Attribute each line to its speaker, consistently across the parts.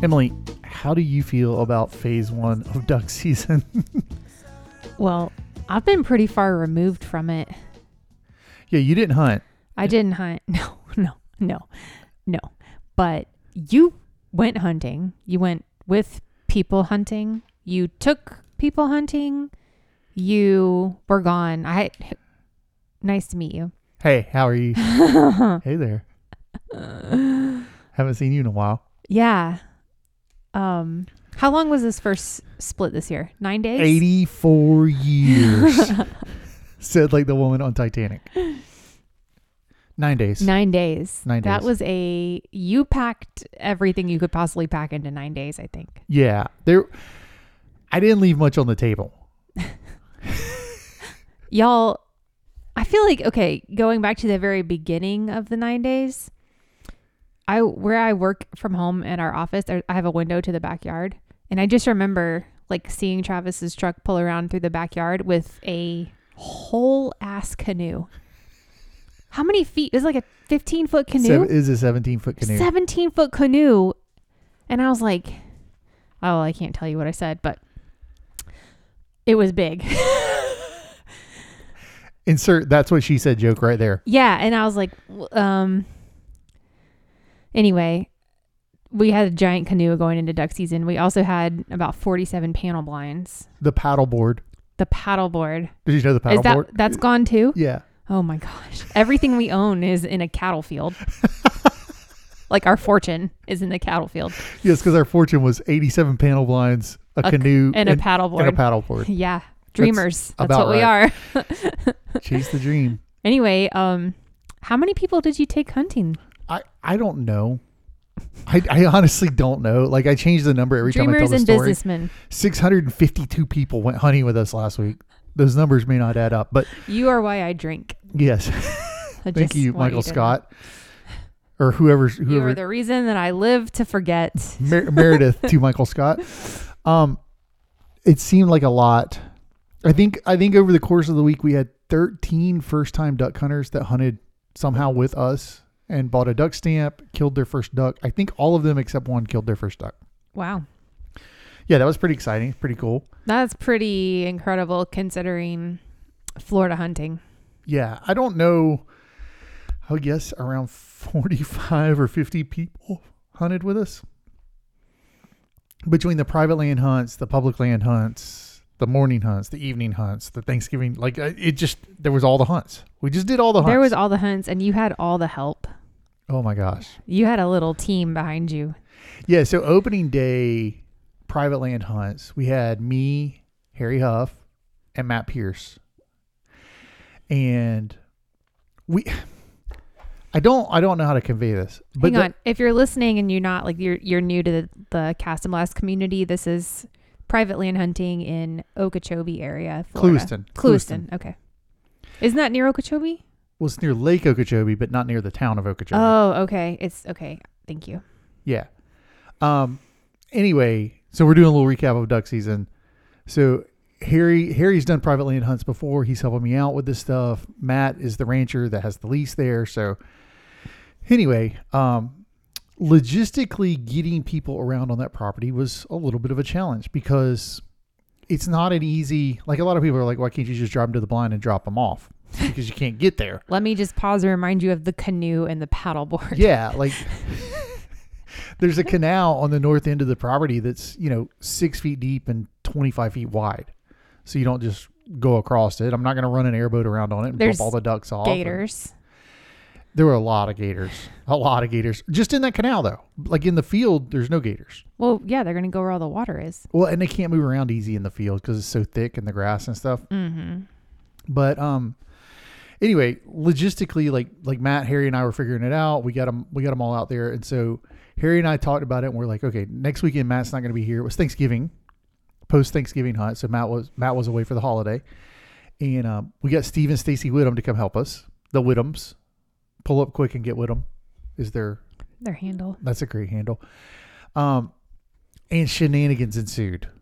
Speaker 1: Emily, how do you feel about phase one of duck season?
Speaker 2: Well, I've been pretty far removed from it.
Speaker 1: yeah, you didn't hunt.
Speaker 2: I didn't hunt. No, no, no, no. But you went hunting. You went with people hunting. You took people hunting. You were gone. I. Nice to meet you.
Speaker 1: Hey, how are you? hey there. Haven't seen you in a while.
Speaker 2: yeah. Um. How long was this first split this year? Nine days.
Speaker 1: 84 years. Said like the woman on Titanic. Nine days.
Speaker 2: Nine days.
Speaker 1: Nine
Speaker 2: That
Speaker 1: days.
Speaker 2: was a you packed everything you could possibly pack into nine days. I think.
Speaker 1: Yeah. There I didn't leave much on the table.
Speaker 2: y'all i feel like okay going back to the very beginning of the nine days i where i work from home in our office there, i have a window to the backyard and i just remember like seeing travis's truck pull around through the backyard with a whole ass canoe how many feet is like a 15 foot canoe
Speaker 1: Seven, is a 17 foot canoe.
Speaker 2: 17 foot canoe. And I was like, oh, well, I can't tell you what I said, but it was big.
Speaker 1: Insert that's what she said joke right there.
Speaker 2: Yeah, and I was like, w- um. Anyway, we had a giant canoe going into duck season. We also had about forty-seven panel blinds.
Speaker 1: The paddleboard.
Speaker 2: The paddleboard
Speaker 1: Did you know the
Speaker 2: is that
Speaker 1: paddleboard?
Speaker 2: that's gone too?
Speaker 1: yeah.
Speaker 2: Oh my gosh! Everything we own is in a cattle field. like our fortune is in the cattle field
Speaker 1: Yes, because our fortune was 87 panel blinds, a,
Speaker 2: A c-
Speaker 1: canoe,
Speaker 2: and a paddleboard.
Speaker 1: and a paddleboard.
Speaker 2: yeah, dreamers. That's,
Speaker 1: about
Speaker 2: what we
Speaker 1: right.
Speaker 2: are.
Speaker 1: Chase the dream.
Speaker 2: Anyway, um, how many people did you take hunting?
Speaker 1: I, I don't know. I, I honestly don't know. Like I change the number every time I tell
Speaker 2: dreamers
Speaker 1: the
Speaker 2: and
Speaker 1: story.
Speaker 2: businessmen.
Speaker 1: 652 people went hunting with us last week. Those numbers may not add up, but
Speaker 2: You are why I drink.
Speaker 1: yes,
Speaker 2: I
Speaker 1: thank
Speaker 2: just
Speaker 1: you,
Speaker 2: want
Speaker 1: Michael
Speaker 2: to know.
Speaker 1: Scott, or whoever
Speaker 2: You
Speaker 1: whoever
Speaker 2: are the reason that I live to forget.
Speaker 1: Mer- Meredith to Michael Scott. Um, it seemed like a lot. I think I think over the course of the week we had 13 first time duck hunters that hunted somehow with us and bought a duck stamp, killed their first duck. I think all of them except one killed their first duck.
Speaker 2: Wow.
Speaker 1: Yeah, that was pretty exciting, pretty cool.
Speaker 2: That's pretty incredible considering Florida hunting.
Speaker 1: Yeah, I don't know. I would guess around 45 or 50 people hunted with us. Between the private land hunts, the public land hunts, the morning hunts, the evening hunts, the Thanksgiving, like uh, it just, there was all the hunts. We just did all the hunts.
Speaker 2: There was all the hunts and you had all the help.
Speaker 1: oh my gosh.
Speaker 2: You had a little team behind you.
Speaker 1: Yeah, so opening day private land hunts, we had me, Harry Huff, and Matt Pierce. And we I don't I don't know how to convey this. But
Speaker 2: Hang
Speaker 1: the-
Speaker 2: on. If you're listening and you're not like you're you're new to the, the Cast and Blast community, this is private land hunting in Okeechobee area, Florida.
Speaker 1: Clewiston.
Speaker 2: Clewiston. Okay. Isn't that near Okeechobee?
Speaker 1: Well, it's near Lake Okeechobee, but not near the town of Okeechobee.
Speaker 2: Oh, okay. It's okay. Thank you.
Speaker 1: yeah. Um anyway, so we're doing a little recap of duck season. So Harry Harry's done private land hunts before. He's helping me out with this stuff. Matt is the rancher that has the lease there. So anyway, um logistically getting people around on that property was a little bit of a challenge because it's not an easy like a lot of people are like, why can't you just drive them to the blind and drop them off? Because you can't get there.
Speaker 2: Let me just pause and remind you of the canoe and the paddleboard.
Speaker 1: Yeah, like there's a canal on the north end of the property that's you know six feet deep and 25 feet wide, so you don't just go across it. I'm not going to run an airboat around on it and
Speaker 2: There's
Speaker 1: bump all the ducks off.
Speaker 2: Gators.
Speaker 1: There were a lot of gators, a lot of gators just in that canal though. Like in the field, there's no gators.
Speaker 2: Well, yeah, they're gonna go where all the water is.
Speaker 1: Well, and they can't move around easy in the field because it's so thick and the grass and stuff.
Speaker 2: Mm-hmm.
Speaker 1: But um, anyway, logistically, like like Matt, Harry, and I were figuring it out. We got them, we got them all out there, and so Harry and I talked about it, and we're like, okay, next weekend Matt's not going to be here. It was Thanksgiving, post Thanksgiving hunt, so Matt was Matt was away for the holiday, and um, we got Steve and Stacy Whittem to come help us. The Whittems, pull up quick and get Whittem, is their
Speaker 2: Their handle.
Speaker 1: that's a great handle, um, and shenanigans ensued.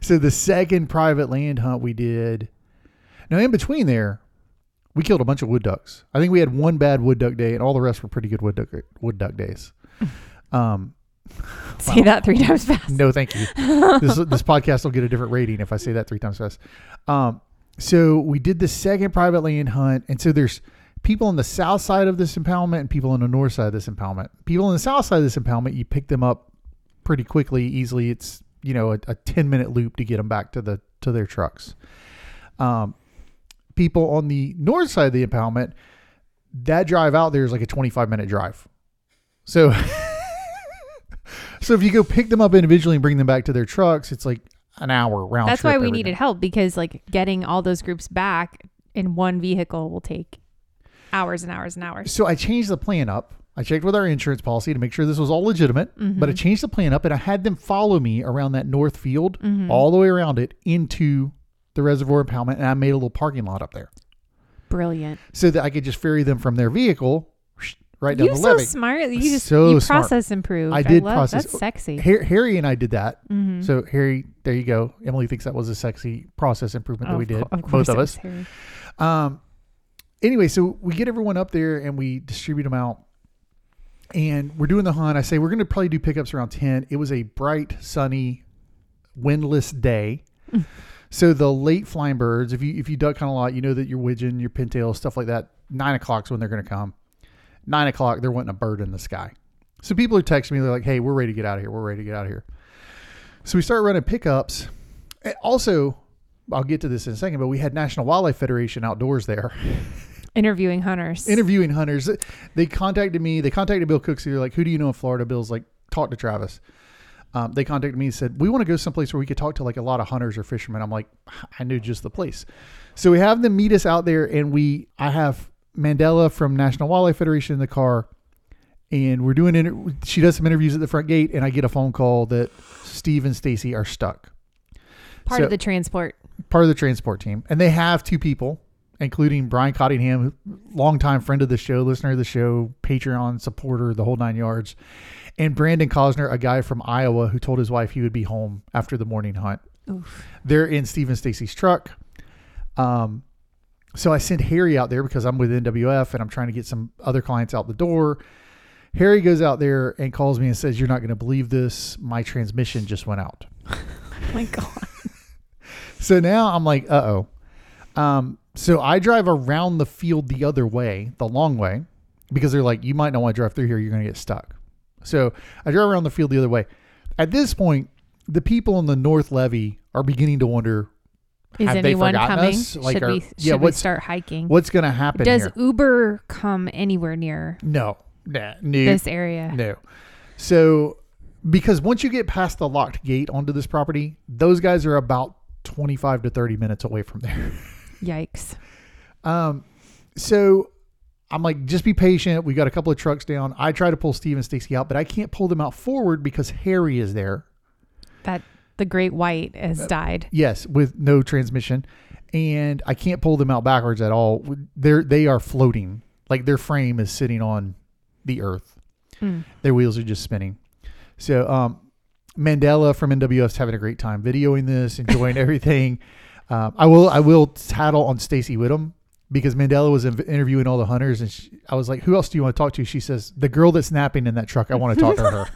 Speaker 1: so the second private land hunt we did. Now in between there, we killed a bunch of wood ducks. I think we had one bad wood duck day, and all the rest were pretty good wood duck wood duck days. Um,
Speaker 2: Say that three times fast.
Speaker 1: no, thank you. this this podcast will get a different rating if I say that three times fast. Um, so we did the second private land hunt, and so there's people on the south side of this impoundment and people on the north side of this impoundment. People on the south side of this impoundment, you pick them up pretty quickly, easily. It's you know a, a ten minute loop to get them back to the to their trucks. Um, people on the north side of the impoundment, that drive out there is like a twenty five minute drive. So so if you go pick them up individually and bring them back to their trucks, it's like an hour round.
Speaker 2: That's
Speaker 1: trip
Speaker 2: why we
Speaker 1: every
Speaker 2: needed
Speaker 1: day.
Speaker 2: help because like getting all those groups back in one vehicle will take hours and hours and hours.
Speaker 1: So I changed the plan up. I checked with our insurance policy to make sure this was all legitimate, but
Speaker 2: Mm-hmm.
Speaker 1: I changed the plan up and I had them follow me around that north field,
Speaker 2: Mm-hmm.
Speaker 1: all the way around it into the reservoir impoundment, and I made a little parking lot up there
Speaker 2: Brilliant.
Speaker 1: so that I could just ferry them from their vehicle right down
Speaker 2: You're
Speaker 1: the
Speaker 2: so
Speaker 1: levee.
Speaker 2: smart. You just
Speaker 1: So
Speaker 2: you
Speaker 1: smart.
Speaker 2: process improved.
Speaker 1: I did
Speaker 2: love,
Speaker 1: process-
Speaker 2: That's sexy.
Speaker 1: Har- Harry and I did that.
Speaker 2: Mhm.
Speaker 1: So Harry, there you go. Emily thinks that was a sexy process improvement that we
Speaker 2: Of cou-
Speaker 1: did,
Speaker 2: of
Speaker 1: both
Speaker 2: course
Speaker 1: of
Speaker 2: it
Speaker 1: us.
Speaker 2: was Harry.
Speaker 1: Um, anyway, so we get everyone up there and we distribute them out. And we're doing the hunt. I say we're going to probably do pickups around 10. It was a bright, sunny, windless day. so the late flying birds, if you if you duck hunt a lot, you know that your widgeon, your pintail, stuff like that, nine o'clock's when they're going to come. Nine o'clock, they're wanting a bird in the sky. So people are texting me, they're like, hey, we're ready to get out of here. We're ready to get out of here. So we start running pickups. And also, I'll get to this in a second, but we had National Wildlife Federation outdoors there
Speaker 2: Interviewing hunters.
Speaker 1: interviewing hunters. They contacted me. They contacted Bill Cooksey. They're like, "Who do you know in Florida?" Bill's like, "Talk to Travis." Um, they contacted me and said, "We want to go someplace where we could talk to like a lot of hunters or fishermen." I'm like, "I knew just the place." So we have them meet us out there, and we I have Mandela from National Wildlife Federation in the car, and we're doing inter- she does some interviews at the front gate, and I get a phone call that Steve and Stacy are stuck
Speaker 2: Part
Speaker 1: so-
Speaker 2: of the transport.
Speaker 1: part of the transport team, and they have two people, including Brian Cottingham, who- longtime friend of the show, listener of the show, Patreon supporter, the whole nine yards, and Brandon Cosner, a guy from Iowa who told his wife he would be home after the morning hunt.
Speaker 2: Oof.
Speaker 1: They're in Stephen Stacy's truck. Um, so I sent Harry out there because I'm with NWF and I'm trying to get some other clients out the door. Harry goes out there and calls me and says, "You're not going to believe this. My transmission just went out."
Speaker 2: Oh my god.
Speaker 1: So now I'm like, uh oh. Um, so I drive around the field the other way, the long way, because they're like, you might not want to drive through here. You're going to get stuck. So I drive around the field the other way. At this point, the people on the north levee are beginning to wonder
Speaker 2: Is
Speaker 1: Have they
Speaker 2: anyone
Speaker 1: forgotten
Speaker 2: coming?
Speaker 1: us? Like,
Speaker 2: should
Speaker 1: are-
Speaker 2: we
Speaker 1: yeah,
Speaker 2: should we
Speaker 1: what's-
Speaker 2: start hiking?
Speaker 1: what's going to happen
Speaker 2: Does
Speaker 1: here.
Speaker 2: Uber come anywhere near
Speaker 1: No, nah, no,
Speaker 2: this area?
Speaker 1: no. So because once you get past the locked gate onto this property, those guys are about 25 to 30 minutes away from there.
Speaker 2: Yikes.
Speaker 1: Um, so I'm like, just be patient. We got a couple of trucks down. I try to pull Steve and Stacy out, but I can't pull them out forward because Harry is there.
Speaker 2: That the great white has died.
Speaker 1: Yes, with no transmission, and I can't pull them out backwards at all. They're they are floating, like their frame is sitting on the earth.
Speaker 2: Mm.
Speaker 1: Their wheels are just spinning. So um, Mandela from NWF's having a great time videoing this, enjoying everything. Um, I will I will tattle on Stacy Whittem because Mandela was in- interviewing all the hunters, and she, I was like, "Who else do you want to talk to?" She says, "The girl that's napping in that truck. I want to talk to her."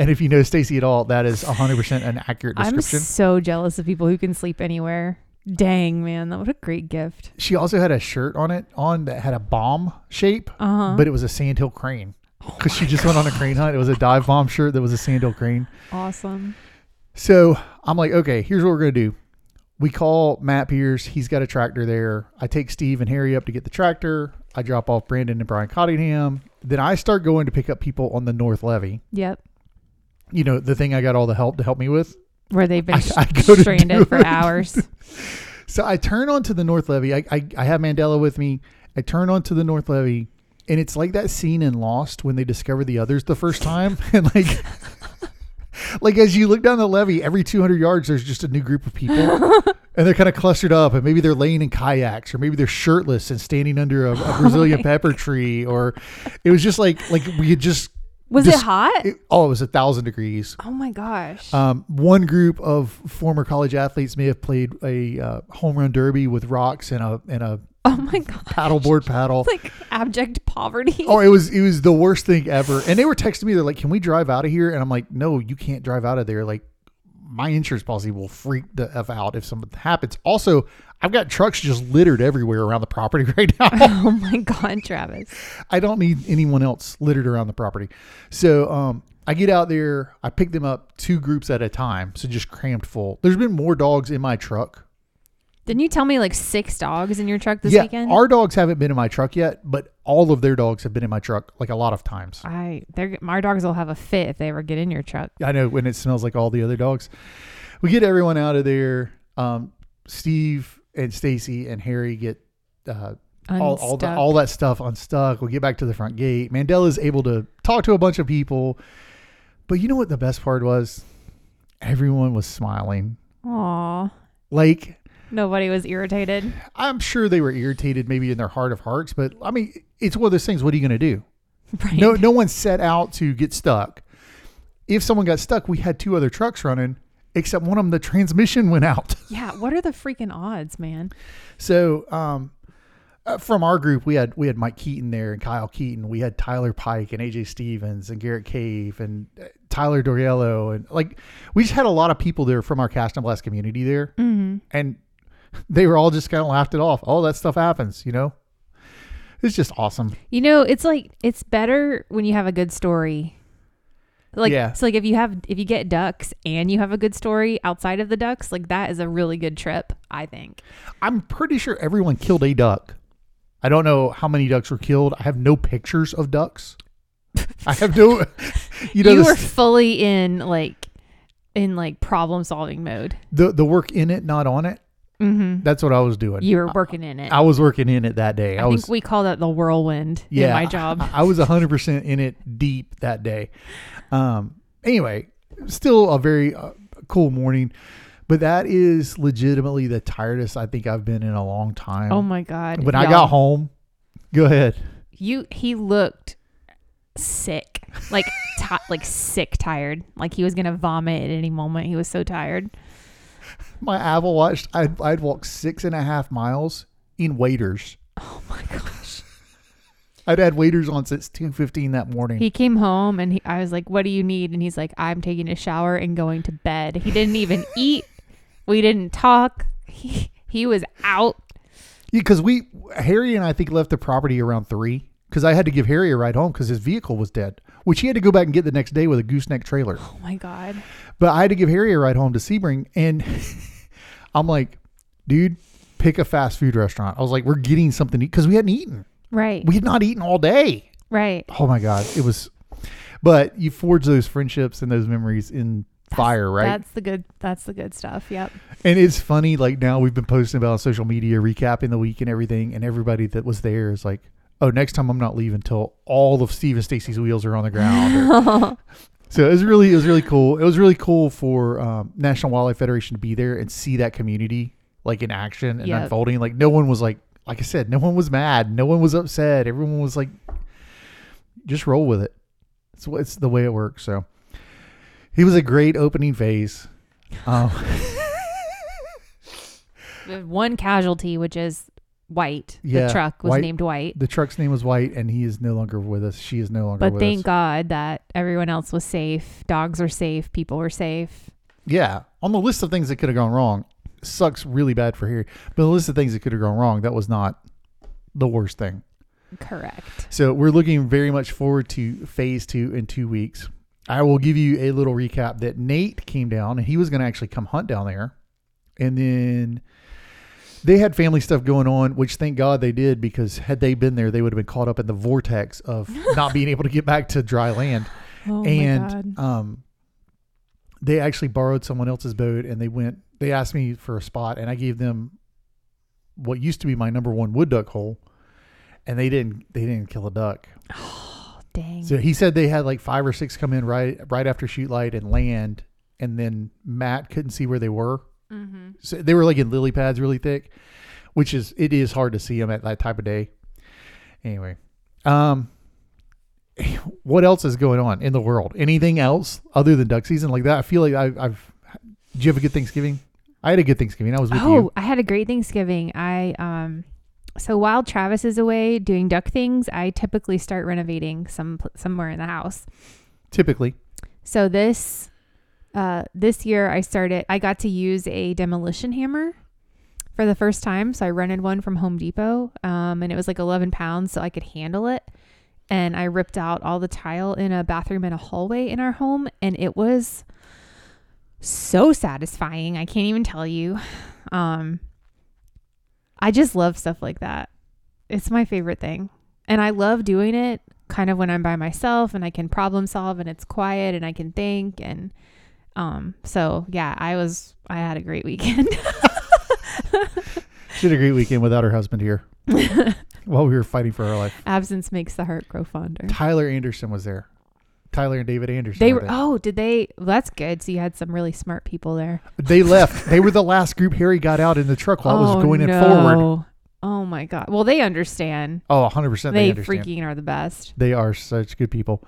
Speaker 1: And if you know Stacy at all, that is 100% an accurate
Speaker 2: I'm
Speaker 1: description.
Speaker 2: so jealous of people who can sleep anywhere. Dang, man, that what a great gift.
Speaker 1: She also had a shirt on it on that had a bomb shape,
Speaker 2: Uh huh.
Speaker 1: but it was a sandhill crane because she just went on a crane hunt. It was a dive bomb shirt that was a sandhill crane.
Speaker 2: Awesome.
Speaker 1: So I'm like, okay, here's what we're gonna do. We call Matt Pierce. He's got a tractor there. I take Steve and Harry up to get the tractor. I drop off Brandon and Brian Cottingham. Then I start going to pick up people on the North Levee.
Speaker 2: Yep.
Speaker 1: You know, the thing I got all the help to help me with.
Speaker 2: Where they've been
Speaker 1: I-
Speaker 2: sh-
Speaker 1: I go to do
Speaker 2: stranded for
Speaker 1: it.
Speaker 2: hours.
Speaker 1: So I turn onto the North Levee. I, I, I have Mandela with me. I turn onto the North Levee, and it's like that scene in Lost when they discover the others the first time, and like, like as you look down the levee, every two hundred yards there's just a new group of people, and they're kind of clustered up, and maybe they're laying in kayaks, or maybe they're shirtless and standing under a, a Brazilian pepper tree, or it was just like like we had just
Speaker 2: Was
Speaker 1: Just-
Speaker 2: it hot?
Speaker 1: It, oh, it was a thousand degrees.
Speaker 2: oh my gosh.
Speaker 1: Um, one group of former college athletes may have played a uh, home run derby with rocks and a and a
Speaker 2: oh my gosh.
Speaker 1: paddleboard paddle.
Speaker 2: It's like abject poverty.
Speaker 1: Oh, it was it was the worst thing ever. And they were texting me. They're like, "Can we drive out of here?" And I'm like, "No, you can't drive out of there. Like, my insurance policy will freak the f out if something happens." Also, I've got trucks just littered everywhere around the property right now.
Speaker 2: oh my god, Travis.
Speaker 1: I don't need anyone else littered around the property. So, um, I get out there. I pick them up two groups at a time. So just crammed full. There's been more dogs in my truck
Speaker 2: Didn't you tell me like six dogs in your truck this
Speaker 1: yeah,
Speaker 2: weekend?
Speaker 1: our dogs haven't been in my truck yet, but all of their dogs have been in my truck like a lot of times.
Speaker 2: I they're our dogs will have a fit if they ever get in your truck.
Speaker 1: I know when it smells like all the other dogs. We get everyone out of there. Um, Steve and Stacy and Harry get uh, all all, the,
Speaker 2: Unstuck.
Speaker 1: all that stuff unstuck. We get back to the front gate. Mandela's able to talk to a bunch of people, but you know what the best part was? Everyone was smiling.
Speaker 2: Aw.
Speaker 1: Like
Speaker 2: Nobody was irritated.
Speaker 1: I'm sure they were irritated, maybe in their heart of hearts. But I mean, it's one of those things. What are you going to do?
Speaker 2: Right.
Speaker 1: No, no one set out to get stuck. If someone got stuck, we had two other trucks running, except one of them, the transmission went out.
Speaker 2: Yeah, what are the freaking odds, man?
Speaker 1: So, um, uh, from our group, we had we had Mike Keaton there and Kyle Keaton. We had Tyler Pike and AJ Stevens and Garrett Cave and uh, Tyler Doriello and like we just had a lot of people there from our Cast and Blast community there,
Speaker 2: Mm-hmm.
Speaker 1: and they were all just kind of laughed it off. Oh, that stuff happens, you know. It's just awesome.
Speaker 2: You know, it's like it's better when you have a good story. Like
Speaker 1: Yeah.
Speaker 2: so like if you have if you get ducks and you have a good story outside of the ducks, like that is a really good trip, I think.
Speaker 1: I'm pretty sure everyone killed a duck. I don't know how many ducks were killed. I have no pictures of ducks. I have no. You know
Speaker 2: you
Speaker 1: the,
Speaker 2: were fully in like in like problem solving mode.
Speaker 1: the the work in it, not on it.
Speaker 2: Mm-hmm.
Speaker 1: That's what I was doing.
Speaker 2: You were working in it.
Speaker 1: I was working in it that day. I,
Speaker 2: I think
Speaker 1: was
Speaker 2: we call that the whirlwind
Speaker 1: yeah.
Speaker 2: in my job.
Speaker 1: I, I was 100 percent in it deep that day. Um. Anyway, still a very uh, cool morning, but that is legitimately the tiredest I think I've been in a long time.
Speaker 2: oh my god.
Speaker 1: when I
Speaker 2: y'all.
Speaker 1: got home, go ahead.
Speaker 2: you he looked sick. Like ti like sick tired. Like he was going to vomit at any moment. He was so tired.
Speaker 1: my Apple Watch, I'd, I'd walk six and a half miles in waiters.
Speaker 2: Oh my gosh.
Speaker 1: I'd had waiters on since two fifteen that morning.
Speaker 2: He came home and he, I was like, "What do you need?" And he's like, "I'm taking a shower and going to bed." He didn't even eat. We didn't talk. He, he was out.
Speaker 1: Because we Harry and I think left the property around three. Because I had to give Harry a ride home because his vehicle was dead, which he had to go back and get the next day with a gooseneck trailer.
Speaker 2: Oh my god.
Speaker 1: But I had to give Harry a ride home to Sebring, and I'm like, dude, pick a fast food restaurant. I was like, we're getting something to eat because we hadn't eaten.
Speaker 2: Right.
Speaker 1: We had not eaten all day.
Speaker 2: right.
Speaker 1: Oh my god, it was. But you forge those friendships and those memories in fire, right?
Speaker 2: That's the good that's the good stuff. Yep.
Speaker 1: And it's funny, like now we've been posting about on social media, recapping the week and everything, and everybody that was there is like, "Oh, next time I'm not leaving until all of Steve and Stacy's wheels are on the ground." Or- so it was really, it was really cool. It was really cool for um, National Wildlife Federation to be there and see that community like in action and
Speaker 2: Yep.
Speaker 1: unfolding. Like no one was like, like I said, no one was mad, no one was upset. Everyone was like, just roll with it. It's what it's the way it works. So he was a great opening phase. Um,
Speaker 2: We have one casualty, which is White.
Speaker 1: Yeah,
Speaker 2: the truck was
Speaker 1: White.
Speaker 2: named White.
Speaker 1: The truck's name was White, and he is no longer with us. She is no longer
Speaker 2: But
Speaker 1: with
Speaker 2: thank
Speaker 1: us.
Speaker 2: God that everyone else was safe. Dogs are safe. People were safe.
Speaker 1: Yeah. On the list of things that could have gone wrong, sucks really bad for Harry. But the list of things that could have gone wrong, that was not the worst thing.
Speaker 2: Correct.
Speaker 1: So we're looking very much forward to phase two in two weeks. I will give you a little recap that Nate came down and he was going to actually come hunt down there. And then they had family stuff going on, which thank God they did because had they been there, they would have been caught up in the vortex of not being able to get back to dry land.
Speaker 2: Oh my God.
Speaker 1: and um, they actually borrowed someone else's boat and they went. They asked me for a spot, and I gave them what used to be my number one wood duck hole, and they didn't. They didn't kill a duck.
Speaker 2: Dang.
Speaker 1: So he said they had like five or six come in right right after shoot light and land, and then Matt couldn't see where they were.
Speaker 2: mm-hmm.
Speaker 1: So they were like in lily pads, really thick, which is it is hard to see them at that type of day. Anyway, um, what else is going on in the world? Anything else other than duck season like that? I feel like I, I've. Did you have a good Thanksgiving? I had a good Thanksgiving. I was with
Speaker 2: oh,
Speaker 1: you.
Speaker 2: I had a great Thanksgiving. I um so while Travis is away doing duck things, I typically start renovating some pl- somewhere in the house.
Speaker 1: Typically,
Speaker 2: So this uh this year I started I got to use a demolition hammer for the first time. So I rented one from Home Depot. Um and it was like eleven pounds so I could handle it. And I ripped out all the tile in a bathroom and a hallway in our home and it was so satisfying. I can't even tell you. Um I just love stuff like that. It's my favorite thing. And I love doing it kind of when I'm by myself and I can problem solve and it's quiet and I can think and um so yeah, I was I had a great weekend.
Speaker 1: she had a great weekend without her husband here while we were fighting for her life.
Speaker 2: Absence makes the heart grow fonder.
Speaker 1: Tyler Anderson was there. Tyler and David Anderson.
Speaker 2: They
Speaker 1: were
Speaker 2: were
Speaker 1: there.
Speaker 2: oh, did they well, that's good. So you had some really smart people there.
Speaker 1: They left. They were the last group Harry got out in the truck while it
Speaker 2: Oh,
Speaker 1: was going in forward.
Speaker 2: no. Oh my god. Well they understand.
Speaker 1: Oh, 100% they,
Speaker 2: They,
Speaker 1: understand.
Speaker 2: freaking are the best.
Speaker 1: They are such good people.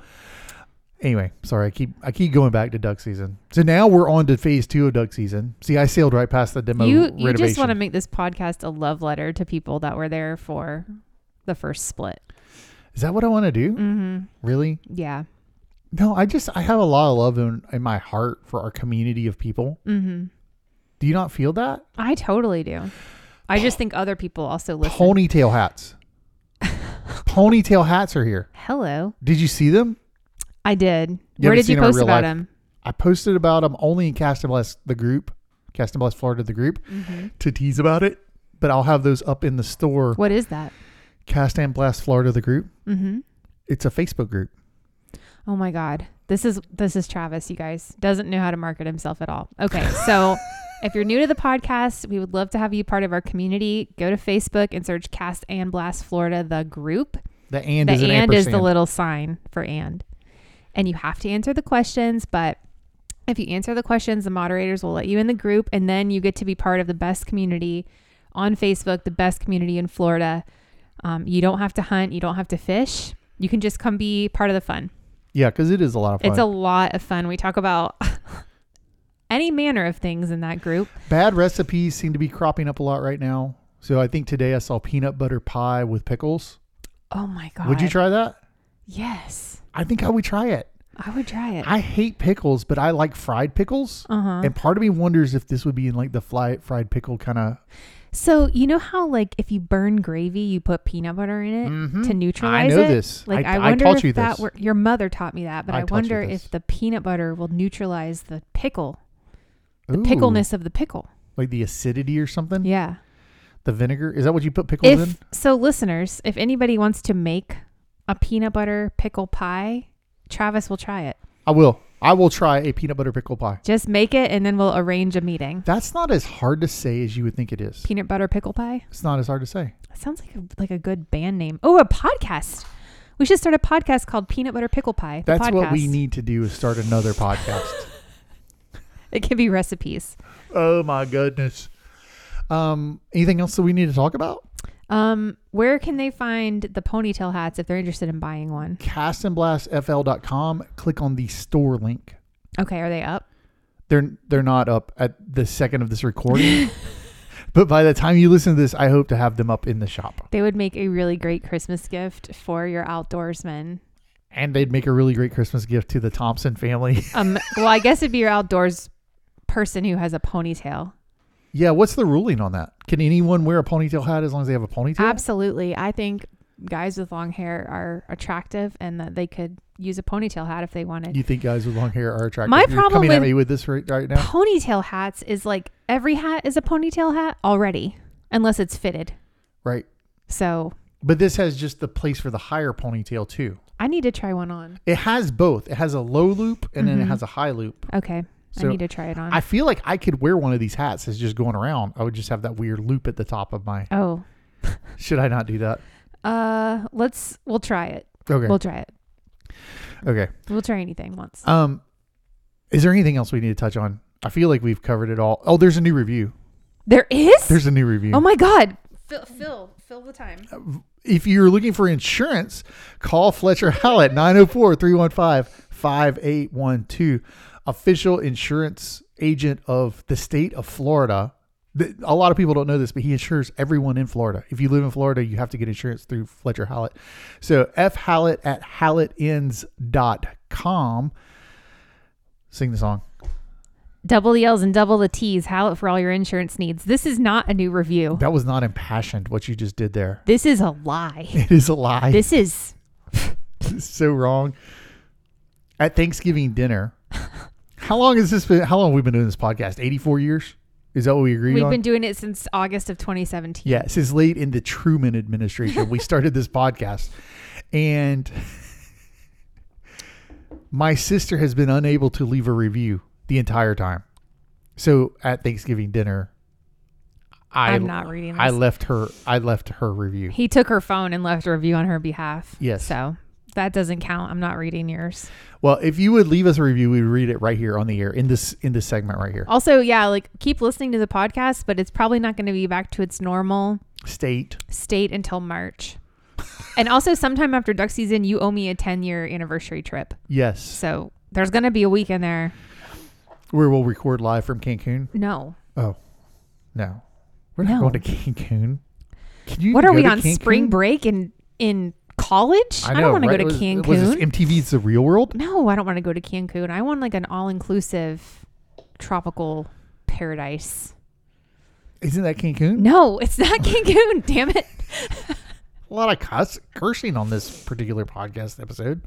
Speaker 1: Anyway, sorry. I keep I keep going back to duck season. So now we're on to phase 2 of duck season. See, I sailed right past the demo
Speaker 2: You
Speaker 1: renovation.
Speaker 2: you just want to make this podcast a love letter to people that were there for the first split.
Speaker 1: Is that what I want to do?
Speaker 2: Mhm.
Speaker 1: Really?
Speaker 2: Yeah.
Speaker 1: No, I just I have a lot of love in, in my heart for our community of people.
Speaker 2: Mhm.
Speaker 1: Do you not feel that?
Speaker 2: I totally do. I just think other people also listen.
Speaker 1: Ponytail hats. Ponytail hats are here.
Speaker 2: Hello.
Speaker 1: Did you see them?
Speaker 2: I did.
Speaker 1: You
Speaker 2: Where
Speaker 1: haven't
Speaker 2: did
Speaker 1: seen
Speaker 2: you
Speaker 1: him in
Speaker 2: post
Speaker 1: real
Speaker 2: about
Speaker 1: life.
Speaker 2: him?
Speaker 1: I posted about them only in Cast and Bless, the group, Cast and Bless Florida, the group,
Speaker 2: Mm-hmm.
Speaker 1: to tease about it. But I'll have those up in the store.
Speaker 2: What is that?
Speaker 1: Cast and Blast Florida, the group.
Speaker 2: Mm-hmm.
Speaker 1: It's a Facebook group.
Speaker 2: Oh my God. This is this is Travis, you guys. Doesn't know how to market himself at all. Okay, so if you're new to the podcast, we would love to have you part of our community. Go to Facebook and search Cast and Blast Florida the group.
Speaker 1: The and
Speaker 2: the
Speaker 1: is an
Speaker 2: and is the
Speaker 1: ampersand.
Speaker 2: little sign for and. And you have to answer the questions, but if you answer the questions, the moderators will let you in the group and then you get to be part of the best community on Facebook, the best community in Florida. Um, you don't have to hunt, you don't have to fish. You can just come be part of the fun.
Speaker 1: yeah, because it is a lot of fun.
Speaker 2: It's a lot of fun. We talk about any manner of things in that group.
Speaker 1: Bad recipes seem to be cropping up a lot right now. So I think today I saw peanut butter pie with pickles.
Speaker 2: Oh my god.
Speaker 1: Would you try that?
Speaker 2: Yes.
Speaker 1: I think I would try it.
Speaker 2: I would try it.
Speaker 1: I hate pickles, but I like fried pickles.
Speaker 2: Uh-huh.
Speaker 1: And part of me wonders if this would be in like the fly, fried pickle kind of.
Speaker 2: So you know how like if you burn gravy, you put peanut butter in it
Speaker 1: Mhm.
Speaker 2: to neutralize
Speaker 1: know
Speaker 2: it?
Speaker 1: this.
Speaker 2: Like
Speaker 1: I-
Speaker 2: I,
Speaker 1: I
Speaker 2: wonder
Speaker 1: taught
Speaker 2: if
Speaker 1: you
Speaker 2: that
Speaker 1: this.
Speaker 2: were your mother taught me that, but
Speaker 1: I
Speaker 2: I,
Speaker 1: taught you
Speaker 2: wonder
Speaker 1: this.
Speaker 2: if the peanut butter will neutralize the pickle, the pickleness of the pickle.
Speaker 1: like the acidity or something.
Speaker 2: Yeah.
Speaker 1: The vinegar is that what you put pickles in?
Speaker 2: if so, listeners, if anybody wants to make a peanut butter pickle pie, Travis will try it.
Speaker 1: I will. I will try a peanut butter pickle pie.
Speaker 2: Just make it, and then we'll arrange a meeting.
Speaker 1: That's not as hard to say as you would think it is.
Speaker 2: Peanut butter pickle pie
Speaker 1: It's not as hard to say.
Speaker 2: sounds like a, like a good band name. Oh, a podcast. We should start a podcast called Peanut Butter Pickle Pie. the
Speaker 1: That's what we
Speaker 2: podcast.
Speaker 1: need to do is start another podcast.
Speaker 2: It can be recipes.
Speaker 1: oh my goodness. Um, anything else that we need to talk about?
Speaker 2: Um, where can they find the ponytail hats if they're interested in buying one?
Speaker 1: Castandblastfl.com. Click on the store link.
Speaker 2: Okay, are they up?
Speaker 1: They're they're not up at the second of this recording, but by the time you listen to this, I hope to have them up in the shop.
Speaker 2: They would make a really great Christmas gift for your outdoorsmen.
Speaker 1: and they'd make a really great Christmas gift to the Thompson family.
Speaker 2: Um, well, I guess it'd be your outdoors person who has a ponytail.
Speaker 1: yeah, what's the ruling on that? Can anyone wear a ponytail hat as long as they have a ponytail?
Speaker 2: Absolutely, I think guys with long hair are attractive, and that they could use a ponytail hat if they wanted.
Speaker 1: you think guys with long hair are attractive?
Speaker 2: My
Speaker 1: You're
Speaker 2: problem
Speaker 1: coming at
Speaker 2: with-
Speaker 1: me with this right, right now.
Speaker 2: Ponytail hats is like every hat is a ponytail hat already, unless it's fitted.
Speaker 1: Right.
Speaker 2: So
Speaker 1: But this has just the place for the higher ponytail too.
Speaker 2: I need to try one on.
Speaker 1: It has both. It has a low loop and then it
Speaker 2: Mhm.
Speaker 1: has a high loop.
Speaker 2: Okay,
Speaker 1: So,
Speaker 2: I need to try it on.
Speaker 1: I feel like I could wear one of these hats as just going around. I would just have that weird loop at the top of my.
Speaker 2: oh,
Speaker 1: Should I not do that?
Speaker 2: uh, let's we'll try it.
Speaker 1: Okay.
Speaker 2: We'll try it.
Speaker 1: okay.
Speaker 2: We'll try anything once.
Speaker 1: Um, is there anything else we need to touch on? I feel like we've covered it all. Oh, there's a new review.
Speaker 2: There is?
Speaker 1: There's a new review.
Speaker 2: oh my God. Fill, fill, fill the time.
Speaker 1: If you're looking for insurance, call Fletcher oh Howell at 904 315 5812, official insurance agent of the state of Florida. Th- A lot of people don't know this, but he insures everyone in Florida. If you live in Florida, you have to get insurance through Fletcher Howlett. So F Howlett at HowlettEnds.com. Sing the song.
Speaker 2: Double the L's and double the T's. Hallett for all your insurance needs. This is not a new review.
Speaker 1: That was not impassioned what you just did there.
Speaker 2: This is a lie.
Speaker 1: It is a lie.
Speaker 2: This is
Speaker 1: It's so wrong. At Thanksgiving dinner, how long has this been? How long have we been doing this podcast? 84 years? Is that what we agreed
Speaker 2: we've
Speaker 1: on?
Speaker 2: been doing it since August of 2017.
Speaker 1: yeah, since late in the Truman administration, we started this podcast. And my sister has been unable to leave a review the entire time. So at Thanksgiving dinner, I,
Speaker 2: I'm not reading this.
Speaker 1: I left her I left her review.
Speaker 2: he took her phone and left a review on her behalf.
Speaker 1: Yes.
Speaker 2: So that doesn't count. I'm not reading yours.
Speaker 1: Well, if you would leave us a review, we would read it right here on the air in this in this segment right here.
Speaker 2: Also, yeah, like keep listening to the podcast, but it's probably not going to be back to its normal
Speaker 1: State
Speaker 2: state until March. and also, sometime after duck season, you owe me a 10 year anniversary trip.
Speaker 1: Yes.
Speaker 2: So there's going to be a week in there.
Speaker 1: Where we'll record live from Cancun.
Speaker 2: No.
Speaker 1: Oh, no. We're not
Speaker 2: No.
Speaker 1: going to Cancun. Can you
Speaker 2: What
Speaker 1: even
Speaker 2: are
Speaker 1: go
Speaker 2: we
Speaker 1: to
Speaker 2: on spring
Speaker 1: Cancun?
Speaker 2: break in in college? I,
Speaker 1: know,
Speaker 2: don't want
Speaker 1: right?
Speaker 2: to go to
Speaker 1: Was-
Speaker 2: Cancun.
Speaker 1: Was this MTV's The Real World?
Speaker 2: no, I don't want to go to Cancun. I want like an all inclusive tropical paradise.
Speaker 1: Isn't that Cancun?
Speaker 2: No, it's not Cancun. damn it.
Speaker 1: A lot of cuss, cursing on this particular podcast episode.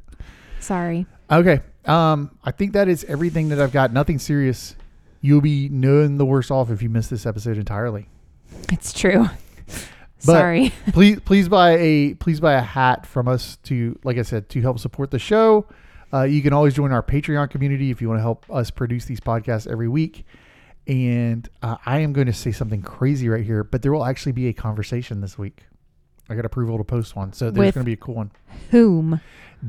Speaker 2: Sorry.
Speaker 1: Okay. Um, I think that is everything that I've got. Nothing serious. You'll be none the worse off if you miss this episode entirely.
Speaker 2: It's true.
Speaker 1: But-
Speaker 2: Sorry.
Speaker 1: please please buy a please buy a hat from us to like I said to help support the show. Uh, you can always join our Patreon community if you want to help us produce these podcasts every week. And uh, I am going to say something crazy right here, but there will actually be a conversation this week. I got approval to post one, so there's
Speaker 2: With-
Speaker 1: going to be a cool one.
Speaker 2: Whom?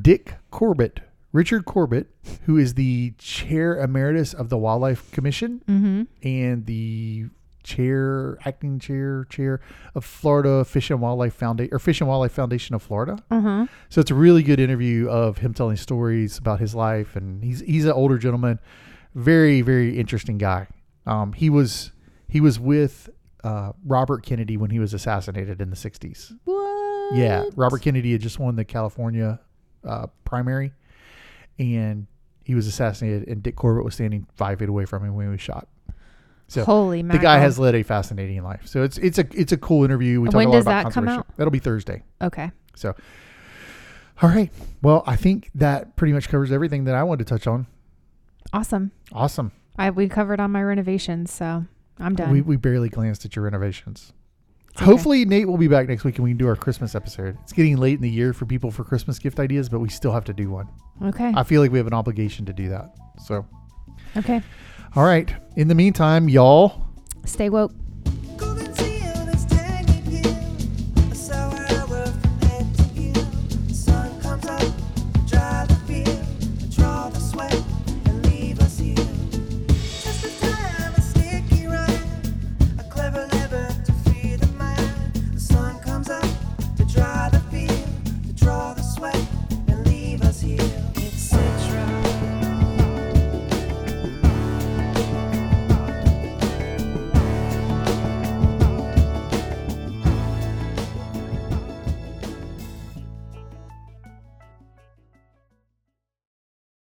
Speaker 1: Dick Corbett, Richard Corbett, who is the chair emeritus of the Wildlife Commission
Speaker 2: Mm-hmm.
Speaker 1: and the chair, acting chair, chair of Florida Fish and Wildlife Foundation or Fish and Wildlife Foundation of Florida.
Speaker 2: Uh-huh.
Speaker 1: So it's a really good interview of him telling stories about his life, and he's he's an older gentleman, very very interesting guy. Um, he was he was with uh, Robert Kennedy when he was assassinated in the '60s.
Speaker 2: What?
Speaker 1: Yeah, Robert Kennedy had just won the California uh, primary, and he was assassinated, and Dick Corbett was standing five feet away from him when he was shot. So
Speaker 2: Holy
Speaker 1: the guy has led a fascinating life. So it's it's a it's a cool interview. We talk
Speaker 2: When
Speaker 1: a lot
Speaker 2: does
Speaker 1: about
Speaker 2: that come
Speaker 1: conservation. That'll be Thursday.
Speaker 2: Okay.
Speaker 1: So all right. Well, I think that pretty much covers everything that I wanted to touch on.
Speaker 2: Awesome.
Speaker 1: Awesome.
Speaker 2: I we covered on my renovations, so I'm done.
Speaker 1: We we barely glanced at your renovations.
Speaker 2: okay.
Speaker 1: Hopefully Nate will be back next week and we can do our Christmas episode. It's getting late in the year for people for Christmas gift ideas, but we still have to do one.
Speaker 2: okay.
Speaker 1: I feel like we have an obligation to do that. So,
Speaker 2: okay.
Speaker 1: all right. In the meantime, y'all
Speaker 2: Stay woke.